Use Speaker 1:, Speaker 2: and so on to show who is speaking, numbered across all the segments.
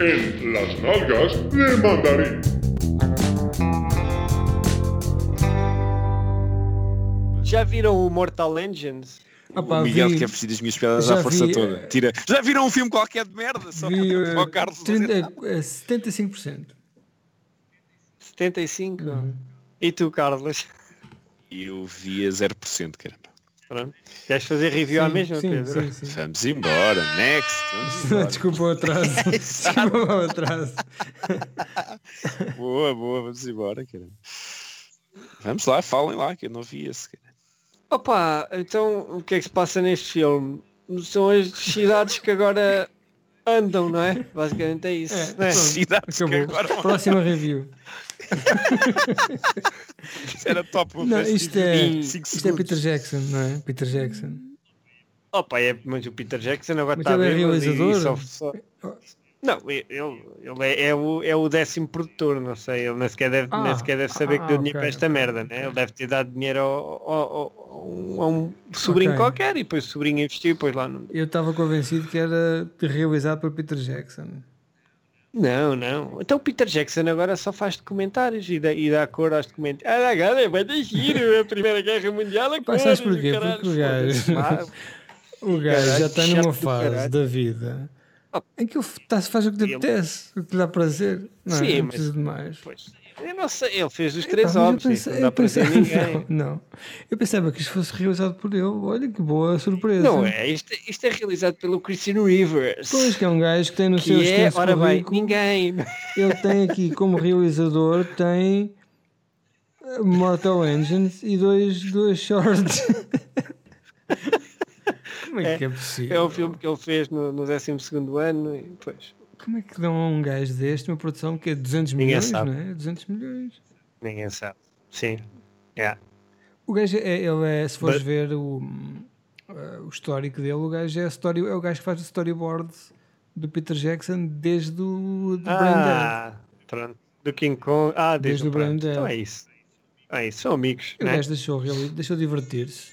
Speaker 1: en las nalgas de mandarín.
Speaker 2: Já viram o Mortal Engines?
Speaker 3: Ah,
Speaker 4: o
Speaker 2: Um
Speaker 3: pá,
Speaker 4: Miguel
Speaker 3: vi-
Speaker 4: quer vestir as minhas piadas
Speaker 3: já
Speaker 4: à força
Speaker 3: vi, eh,
Speaker 4: toda. Tira. Já viram um filme qualquer de merda? Só
Speaker 3: vi, eh,
Speaker 4: para o Carlos. dizer,
Speaker 3: 30, eh, 75%.
Speaker 2: 75? E tu, Carlos?
Speaker 4: Eu vi a 0%, caramba.
Speaker 2: Pronto. Queres fazer review à
Speaker 3: Sim,
Speaker 2: mesma,
Speaker 3: sim,
Speaker 2: Pedro?
Speaker 3: sim, sim.
Speaker 4: Vamos embora, next. Vamos embora.
Speaker 3: Desculpa o atraso. Desculpa o atraso.
Speaker 4: boa, boa, vamos embora, caramba. Vamos lá, falem lá, que eu não vi esse. cara.
Speaker 2: Opa, então o que é que se passa neste filme? São as cidades que agora andam, não é? Basicamente é isso.
Speaker 3: É,
Speaker 2: não é?
Speaker 3: pronto.
Speaker 4: Cidades que
Speaker 3: Acabou.
Speaker 4: agora
Speaker 3: Próxima review.
Speaker 4: era top. um
Speaker 2: um
Speaker 4: uma
Speaker 3: Não,
Speaker 4: vez.
Speaker 3: isto é,
Speaker 4: Em cinco
Speaker 3: isto é
Speaker 4: segundos.
Speaker 3: Peter Jackson, não é? Peter Jackson.
Speaker 2: Opa, é, mas o Peter Jackson agora
Speaker 3: Mas
Speaker 2: está
Speaker 3: ele é
Speaker 2: bêbado e-
Speaker 3: realizador?
Speaker 2: e só- só- Não, ele, ele é, é o, é o décimo produtor, não sei, ele nem sequer deve,
Speaker 3: Ah,
Speaker 2: nem sequer deve saber que deu
Speaker 3: ah,
Speaker 2: dinheiro
Speaker 3: ok,
Speaker 2: para esta
Speaker 3: ok,
Speaker 2: merda, né? Ele deve ter dado dinheiro ao- ao- ao- a um sobrinho
Speaker 3: Ok.
Speaker 2: qualquer e depois o sobrinho investiu e depois lá no...
Speaker 3: Eu estava convencido que era realizado por Peter Jackson.
Speaker 2: Não, não. Então o Peter Jackson agora só faz documentários e dá, e dá cor aos documentários. Ah, agora vai dar giro, é a Primeira Guerra Mundial é a
Speaker 3: Pá,
Speaker 2: cor.
Speaker 3: sabes porquê? Porque o gajo-
Speaker 2: Ah,
Speaker 3: O gajo
Speaker 2: Caralho,
Speaker 3: já está
Speaker 2: chato
Speaker 3: numa
Speaker 2: do
Speaker 3: fase
Speaker 2: caralho.
Speaker 3: da vida
Speaker 2: Ah.
Speaker 3: em que ele tá, faz o que lhe
Speaker 2: Ele-
Speaker 3: apetece, o que lhe dá prazer. Não, é?
Speaker 2: Sim,
Speaker 3: não
Speaker 2: mas-
Speaker 3: precisa de mais.
Speaker 2: Pois, eu não sei, ele fez os
Speaker 3: Epá, mas
Speaker 2: três
Speaker 3: eu
Speaker 2: homens, isso
Speaker 3: pensei-
Speaker 2: não dá
Speaker 3: eu
Speaker 2: para dizer
Speaker 3: pensei-
Speaker 2: ninguém.
Speaker 3: Não, não. eu pensava que isto fosse realizado por ele. Olha que boa surpresa.
Speaker 2: Não é, isto, isto é realizado pelo Christian Rivers.
Speaker 3: Pois que é um gajo que tem no seu
Speaker 2: que é,
Speaker 3: extenso
Speaker 2: ora bem,
Speaker 3: currículo,
Speaker 2: ninguém.
Speaker 3: ele tem aqui como realizador, tem eh, Mortal Engines e dois, dois shorts. Como é que é possível?
Speaker 2: É o filme que ele fez no, no 12 ano e pois,
Speaker 3: Como é que dão a um gajo deste uma produção que é 200
Speaker 2: Ninguém
Speaker 3: milhões,
Speaker 2: sabe.
Speaker 3: não é? 200 milhões.
Speaker 2: ninguém sabe. Sim. Yeah.
Speaker 3: O gajo é, ele é se fores
Speaker 2: But-
Speaker 3: ver o, hum, eh, o histórico dele, o gajo é, story, é o gajo que faz o storyboard do Peter Jackson desde o do Brain Dead.
Speaker 2: Ah, pronto. Do King Kong. Ah, desde,
Speaker 3: Desde
Speaker 2: o
Speaker 3: o Brain
Speaker 2: pronto.
Speaker 3: Dead.
Speaker 2: Então é isso. É isso, são amigos.
Speaker 3: O
Speaker 2: né?
Speaker 3: gajo deixou, reali- deixou divertir-se.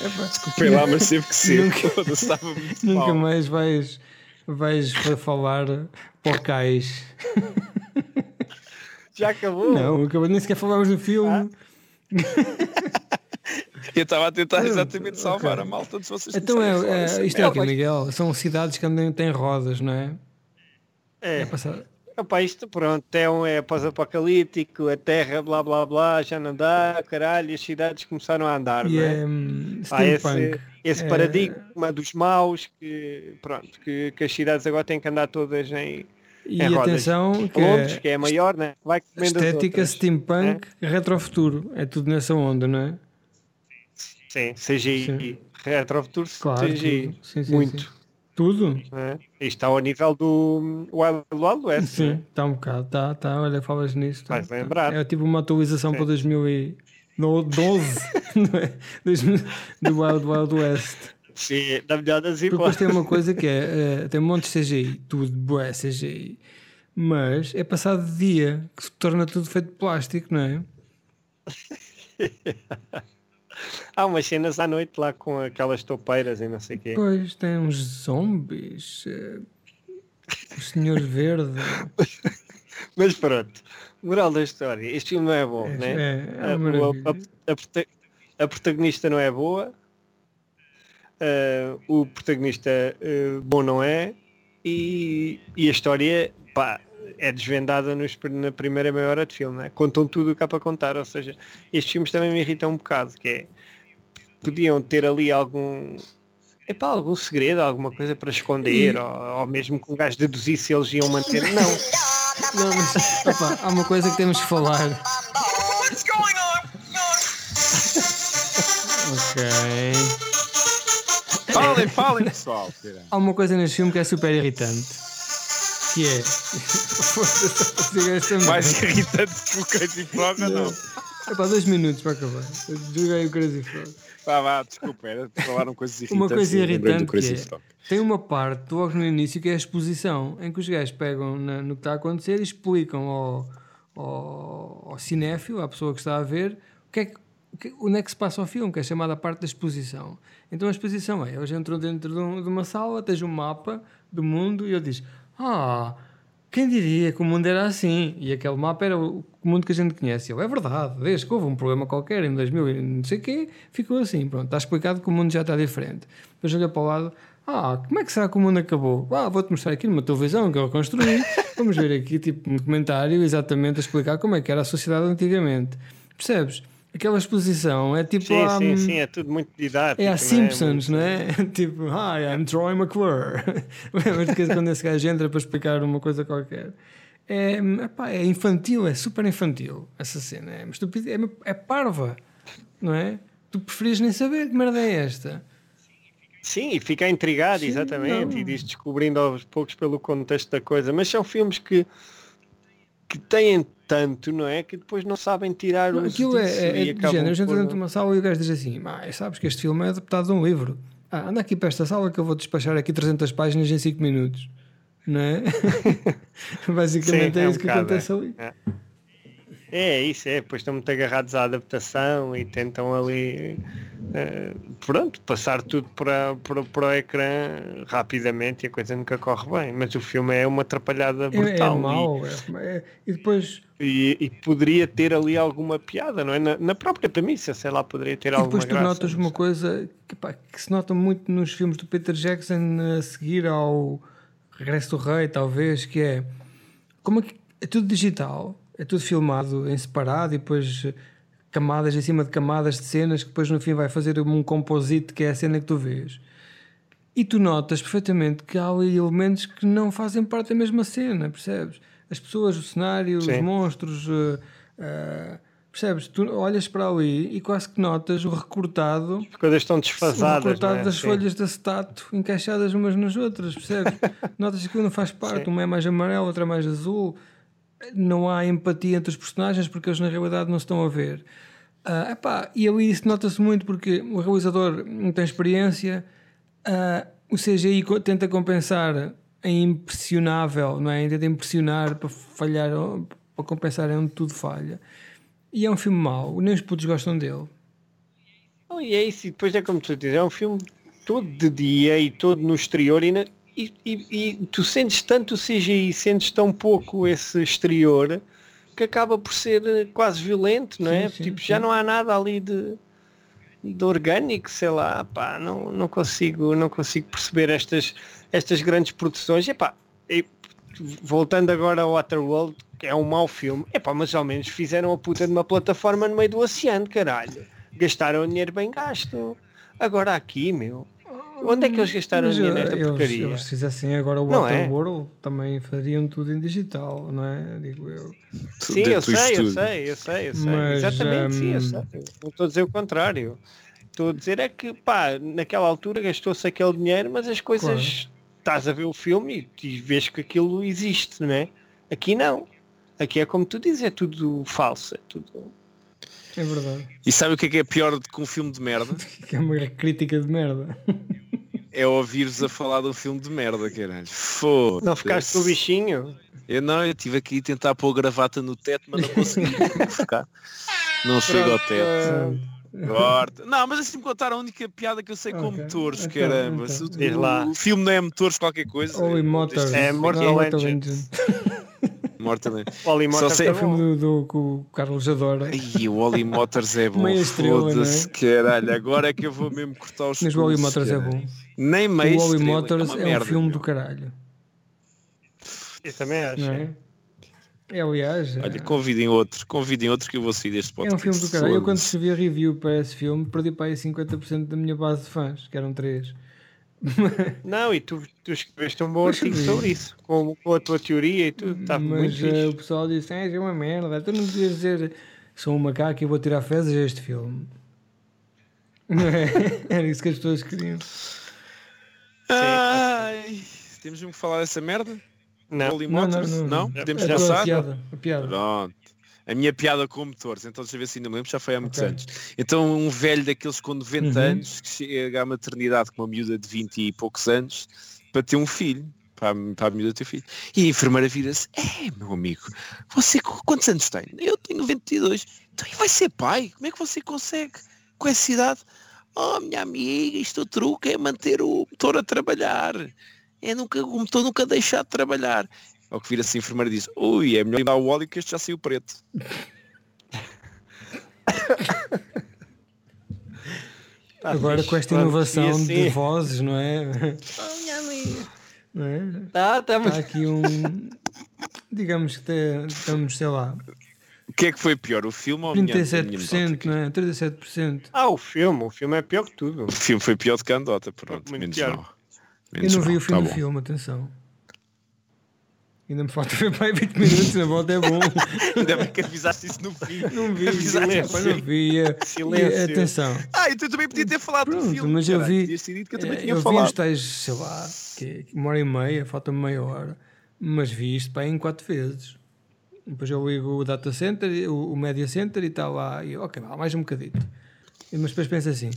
Speaker 4: Desculpem lá, mas teve que ser.
Speaker 3: Nunca-
Speaker 4: Foda-se, estava muito
Speaker 3: Nunca
Speaker 4: mal.
Speaker 3: mais vais, vais para falar porcais.
Speaker 2: Já acabou.
Speaker 3: Não, acabou, nem sequer falámos do
Speaker 2: Ah,
Speaker 3: filme.
Speaker 4: Eu estava a tentar
Speaker 3: Pronto,
Speaker 4: exatamente salvar
Speaker 3: ok.
Speaker 4: a malta de vocês.
Speaker 3: Então
Speaker 4: começarem a
Speaker 3: é,
Speaker 4: falar
Speaker 3: é-
Speaker 4: dessa
Speaker 3: isto é o
Speaker 4: merda.
Speaker 3: quê, Miguel? São cidades que andam têm rodas, não é?
Speaker 2: É.
Speaker 3: É passado.
Speaker 2: Opa, isto pronto, é, um, é pós-apocalíptico, a terra, blá blá blá, já não dá, caralho, as cidades começaram a andar,
Speaker 3: E
Speaker 2: não é?
Speaker 3: é hum,
Speaker 2: Há
Speaker 3: steampunk.
Speaker 2: esse, esse
Speaker 3: É.
Speaker 2: paradigma dos maus que, pronto, que, que as cidades agora têm que andar todas em
Speaker 3: E
Speaker 2: em rodas.
Speaker 3: atenção, que
Speaker 2: Londres,
Speaker 3: é
Speaker 2: que é a maior, né? vai comendo as
Speaker 3: estética
Speaker 2: outras.
Speaker 3: steampunk, retrofuturo. É tudo nessa onda, não é?
Speaker 2: Sim, CGI,
Speaker 3: Sim.
Speaker 2: Retrofuturo,
Speaker 3: Claro.
Speaker 2: CGI,
Speaker 3: tudo. Sim, sim,
Speaker 2: muito.
Speaker 3: sim. Tudo?
Speaker 2: né? Isto está ao nível do Wild Wild West,
Speaker 3: Sim,
Speaker 2: né?
Speaker 3: está um bocado. Tá, tá, olha, falas nisso. Tá,
Speaker 2: Faz
Speaker 3: tá.
Speaker 2: lembrar.
Speaker 3: É tipo uma atualização para 2012, não é? 2000 do Wild Wild West.
Speaker 2: Sim, da melhor das
Speaker 3: Porque depois
Speaker 2: hipóteses.
Speaker 3: tem uma coisa que é, eh, tem um monte de CGI, tudo bué CGI, mas é passado de dia que se torna tudo feito de plástico, não é?
Speaker 2: Há umas cenas à noite lá com aquelas toupeiras e não sei o quê.
Speaker 3: Pois tem uns zombies, eh, o Senhor Verde,
Speaker 2: Mas pronto, moral da história, este filme não é bom,
Speaker 3: É,
Speaker 2: né?
Speaker 3: é, é
Speaker 2: A-
Speaker 3: uma
Speaker 2: o-
Speaker 3: maravilha.
Speaker 2: a- a prota- a protagonista não é boa, ah, o protagonista ah, bom não é, e, e a história pá, é desvendada nos pr- na primeira meia hora de filme, né? contam tudo o que há para contar, ou seja, estes filmes também me irritam um bocado, que é podiam ter ali algum. Epá, algum segredo, alguma coisa para esconder,
Speaker 3: E-
Speaker 2: ou, ou mesmo que um gajo deduzisse se eles iam manter. Não,
Speaker 3: Não, mas, opa, há uma coisa que temos que falar. Ok.
Speaker 4: Falem, falem, pessoal. caramba.
Speaker 3: Há uma coisa neste filme que é super irritante. Que é. Foda-se, só consigo esta merda.
Speaker 4: Mais irritante que o Crazy Frog ou não?
Speaker 3: Epá, dois minutos para acabar. Eu Joguei o Crazy Frog.
Speaker 4: Vá, vá, desculpa, era,
Speaker 2: um
Speaker 4: falaram coisas irritantes.
Speaker 3: Uma coisa
Speaker 4: e lembrei
Speaker 3: irritante
Speaker 4: do Crazy
Speaker 3: que é,
Speaker 4: Frog.
Speaker 3: tem uma parte logo no início que é a exposição, em que os gajos pegam na- no que está a acontecer e explicam ao, ao, ao cinéfilo, à pessoa que está a ver, o que é que, que- onde é que se passa o filme, que é chamada a parte da exposição. Então a exposição é, eles entram dentro de, um- de uma sala, tens um mapa do mundo e ele diz, ah, quem diria que o mundo era assim? E aquele mapa era o o mundo que a gente conhece. E Ele, é verdade, desde que houve um problema qualquer em 2000 e não sei o quê, ficou assim, pronto, está explicado que o mundo já está diferente. Depois olha para o lado, ah, como é que será que o mundo acabou? Ah, vou-te mostrar aqui numa televisão que eu construí. Vamos ver aqui, tipo, um comentário exatamente a explicar como é que era a sociedade antigamente. Percebes? Aquela exposição é tipo.
Speaker 2: Sim,
Speaker 3: ah,
Speaker 2: sim,
Speaker 3: hum,
Speaker 2: sim, é tudo muito didático.
Speaker 3: É
Speaker 2: não
Speaker 3: a Simpsons,
Speaker 2: Muito-
Speaker 3: não é? tipo, hi, I'm Troy McClure. Lembras-te que quando esse gajo entra para explicar uma coisa qualquer? É, hum, epá, é infantil, é super infantil essa cena. É, uma estupidez, é, uma- é parva, não é? Tu preferias nem saber que merda é esta.
Speaker 2: Sim, e fica intrigado,
Speaker 3: Sim,
Speaker 2: exatamente,
Speaker 3: não.
Speaker 2: e diz descobrindo aos poucos pelo contexto da coisa. Mas são filmes que, que têm tanto, não é? Que depois não sabem tirar
Speaker 3: Não,
Speaker 2: o
Speaker 3: Aquilo é, é, é de género. A gente
Speaker 2: por...
Speaker 3: entra dentro de uma sala e o gajo diz assim: "Mas sabes que este filme é adaptado de um livro. Ah, anda aqui para esta sala que eu vou despachar aqui 300 páginas em 5 minutos. Não é? Basicamente
Speaker 2: Sim,
Speaker 3: é,
Speaker 2: é um
Speaker 3: isso que
Speaker 2: bocado,
Speaker 3: acontece
Speaker 2: é.
Speaker 3: ali.
Speaker 2: É isso, é, pois estão muito agarrados à adaptação e tentam ali eh, pronto, passar tudo para, para, para o ecrã rapidamente e a coisa nunca corre bem, mas o filme é uma atrapalhada
Speaker 3: É, é,
Speaker 2: brutal e-
Speaker 3: mau. é- é- e depois,
Speaker 2: e, e poderia ter ali alguma piada, não é? Na, na própria premissa, sei lá, poderia ter
Speaker 3: e
Speaker 2: alguma
Speaker 3: depois tu
Speaker 2: graça, é.
Speaker 3: notas
Speaker 2: não
Speaker 3: uma
Speaker 2: sei.
Speaker 3: coisa que, pá, que se nota muito nos filmes do Peter Jackson a seguir ao Regresso do Rei, talvez, que é como é que é tudo digital, é tudo filmado em separado e depois camadas em cima de camadas de cenas que depois no fim vai fazer um composite que é a cena que tu vês. E tu notas perfeitamente que há ali elementos que não fazem parte da mesma cena, percebes? As pessoas, o cenário, os
Speaker 2: Sim.
Speaker 3: monstros, eh, eh, percebes? Tu olhas para ali e quase que notas o recortado,
Speaker 2: As coisas estão
Speaker 3: o
Speaker 2: desfasadas.
Speaker 3: recortado
Speaker 2: não é?
Speaker 3: das
Speaker 2: Sim.
Speaker 3: folhas da stato encaixadas umas nas outras, percebes? notas que aquilo não faz parte, uma é mais amarela, outra é mais azul, não há empatia entre os personagens porque eles na realidade não se estão a ver. Ah, epá, e ali isso nota-se muito porque o realizador não tem experiência, ah, o CGI co- tenta compensar em impressionável, não é? Tenta impressionar para falhar, para compensar em onde tudo falha. E é um filme mau, nem os putos gostam dele.
Speaker 2: Não, e é isso, e depois é como tu dizes, é um filme todo de dia e todo no exterior e, na- e- e- e tu sentes tanto o CGI, sentes tão pouco esse exterior que acaba por ser eh, quase violento, não é?
Speaker 3: Sim, sim,
Speaker 2: tipo,
Speaker 3: sim.
Speaker 2: já não há nada ali de, de orgânico, sei lá, pá, não, não consigo, não consigo perceber estas, estas grandes produções. Epá, e voltando agora ao Waterworld, que é um mau filme, epá, mas ao menos fizeram a puta de uma plataforma no meio do oceano, caralho. Gastaram o dinheiro bem gasto. Agora aqui, meu. Onde é que eles gastaram o
Speaker 3: Mas,
Speaker 2: dinheiro
Speaker 3: eh,
Speaker 2: nesta
Speaker 3: eles,
Speaker 2: porcaria?
Speaker 3: eles fizessem agora o
Speaker 2: Não é?
Speaker 3: Waterworld, também fariam tudo em digital, não é? Digo eu.
Speaker 2: Sim, eu
Speaker 4: Dentro do
Speaker 2: sei, eu
Speaker 4: estúdio.
Speaker 2: sei, eu sei, eu sei.
Speaker 3: Mas,
Speaker 2: Exatamente, sim,
Speaker 3: hum,
Speaker 2: eu sei. Não estou a dizer o contrário. Estou a dizer é que, pá, naquela altura gastou-se aquele dinheiro, mas as coisas... Estás a ver o filme e, e vês que aquilo existe, não é? Aqui não. Aqui é como tu dizes, é tudo falso. É tudo...
Speaker 3: É verdade.
Speaker 4: E sabe o que é que é pior do que um filme de merda?
Speaker 3: Que é uma crítica de merda.
Speaker 4: É ouvir-vos a falar de um filme de merda, caralho. Foda-se.
Speaker 2: Não ficaste com o bichinho?
Speaker 4: Eu não, eu estive aqui a tentar pôr a gravata no teto, mas não consegui. Vou ficar. não chego ao
Speaker 2: Ah,
Speaker 4: teto. Corta. Não, mas assim me contaram a única piada que eu sei como
Speaker 3: Ok.
Speaker 4: motores,
Speaker 3: Então,
Speaker 4: caramba.
Speaker 3: então.
Speaker 4: Se o-
Speaker 2: Diz lá.
Speaker 4: O filme não é motores qualquer coisa.
Speaker 3: Holy Motors.
Speaker 2: É Mortal
Speaker 3: Não,
Speaker 2: Engines.
Speaker 4: Morta, né?
Speaker 2: O Olimota
Speaker 4: Só sei-
Speaker 2: tá
Speaker 3: É O filme
Speaker 2: bom.
Speaker 3: do, do, que o Carlos adora.
Speaker 4: Ai, o Oli Motors é bom.
Speaker 3: Meia estrela,
Speaker 4: Foda-se, caralho. Agora é que eu vou mesmo cortar os
Speaker 3: Mas o Holy
Speaker 4: pulsos,
Speaker 3: Motors é
Speaker 4: caralho.
Speaker 3: bom.
Speaker 4: Nem meia
Speaker 3: o Holy
Speaker 4: estrela,
Speaker 3: Motors
Speaker 4: uma
Speaker 3: é, um
Speaker 4: merda,
Speaker 3: filme
Speaker 4: meu.
Speaker 3: do caralho.
Speaker 2: Eu também acho.
Speaker 3: Não é? É, aliás.
Speaker 4: Olha,
Speaker 3: é-
Speaker 4: convidem outro, convidem outro que eu vou sair deste
Speaker 3: É um
Speaker 4: podcast.
Speaker 3: filme do caralho. Eu quando
Speaker 4: Foda-se.
Speaker 3: escrevi a review para esse filme, perdi para aí 50% da minha base de fãs, que eram 3.
Speaker 2: Não, e tu, tu escreveste um bom
Speaker 3: Mas
Speaker 2: artigo
Speaker 3: sim.
Speaker 2: sobre isso, com, com a tua teoria e tudo, estava muito
Speaker 3: Mas eh,
Speaker 2: fixe.
Speaker 3: o pessoal disse: "Ah, é uma merda. Tu não devias dizer sou um macaco e vou tirar fezes a este filme. Não é? Era isso que as pessoas queriam.
Speaker 4: Ai, temos mesmo que falar dessa merda?
Speaker 2: Não,
Speaker 4: Holy
Speaker 3: Não, não,
Speaker 4: Motors?
Speaker 3: não, não.
Speaker 4: Podemos
Speaker 3: Então, a,
Speaker 2: Já
Speaker 3: tua
Speaker 4: passar?
Speaker 3: piada, a piada.
Speaker 4: Pronto. A minha piada com motores, então deixa eu ver se ainda me lembro, já foi há muitos
Speaker 3: Ok.
Speaker 4: anos. Então um velho daqueles com 90
Speaker 3: Uhum.
Speaker 4: anos que chega à maternidade com uma miúda de 20 e poucos anos para ter um filho. para, a- para a miúda ter filho. E a enfermeira vira-se, é meu amigo, você qu- quantos anos tem? Eu tenho 92. Então e vai ser pai? Como é que você consegue com essa idade? Oh minha amiga, isto o truque é manter o motor a trabalhar. É nunca, o motor nunca deixar de trabalhar. Ao que vira-se a enfermeira e diz, ui, é melhor dar o óleo que este já saiu preto.
Speaker 2: Tá
Speaker 3: Agora
Speaker 2: fixe.
Speaker 3: com esta
Speaker 2: Pronto,
Speaker 3: inovação
Speaker 2: e assim-
Speaker 3: de vozes, não é? Não é?
Speaker 2: Tá, tá, mas
Speaker 3: Está aqui um. Digamos que te- estamos, sei lá,
Speaker 4: O que é que foi pior, o filme ou a minha, a minha anedota
Speaker 3: 37%,
Speaker 4: aqui?
Speaker 3: não é? 37%.
Speaker 2: Ah, o filme, o filme é pior que tudo.
Speaker 4: O filme foi pior do que a andota, pronto,
Speaker 2: Muito
Speaker 4: menos
Speaker 2: pior.
Speaker 4: mal.
Speaker 3: Eu
Speaker 4: Menos
Speaker 3: não vi
Speaker 4: mal,
Speaker 3: o fim
Speaker 4: tá
Speaker 3: do
Speaker 4: bom.
Speaker 3: filme, atenção. Ainda me falta ver mais 20 minutos, na volta é bom.
Speaker 4: Ainda bem que avisaste isso no fim.
Speaker 3: Não vi,
Speaker 4: Avisaste
Speaker 2: silêncio.
Speaker 3: pá, não vi. eh,
Speaker 2: Silêncio.
Speaker 3: eh, Atenção.
Speaker 4: Ah, então eu também podia ter falado do
Speaker 3: Pronto,
Speaker 4: filme.
Speaker 3: mas eu
Speaker 4: caralho.
Speaker 3: vi-
Speaker 4: Podias ter dito que eu também
Speaker 3: Eh,
Speaker 4: tinha
Speaker 3: eu vi
Speaker 4: falado.
Speaker 3: os tais, sei lá, que, que uma hora e meia, falta-me meia hora, mas vi isto pá, em quatro vezes. Depois eu ligo o data center, e o, o media center e está lá, e eu, ok, vá, mais um bocadito. E, mas depois penso assim,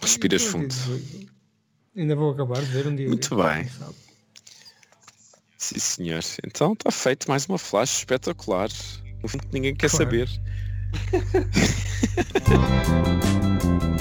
Speaker 4: Respiras
Speaker 3: eu
Speaker 4: fundo.
Speaker 3: "Então, digo, ainda vou acabar de ver um dia.
Speaker 4: Muito
Speaker 3: disto,
Speaker 4: bem.
Speaker 3: quem sabe.
Speaker 4: Sim, senhor. Então está feito mais uma flash espetacular. Um filme que ninguém quer
Speaker 3: Claro.
Speaker 4: saber.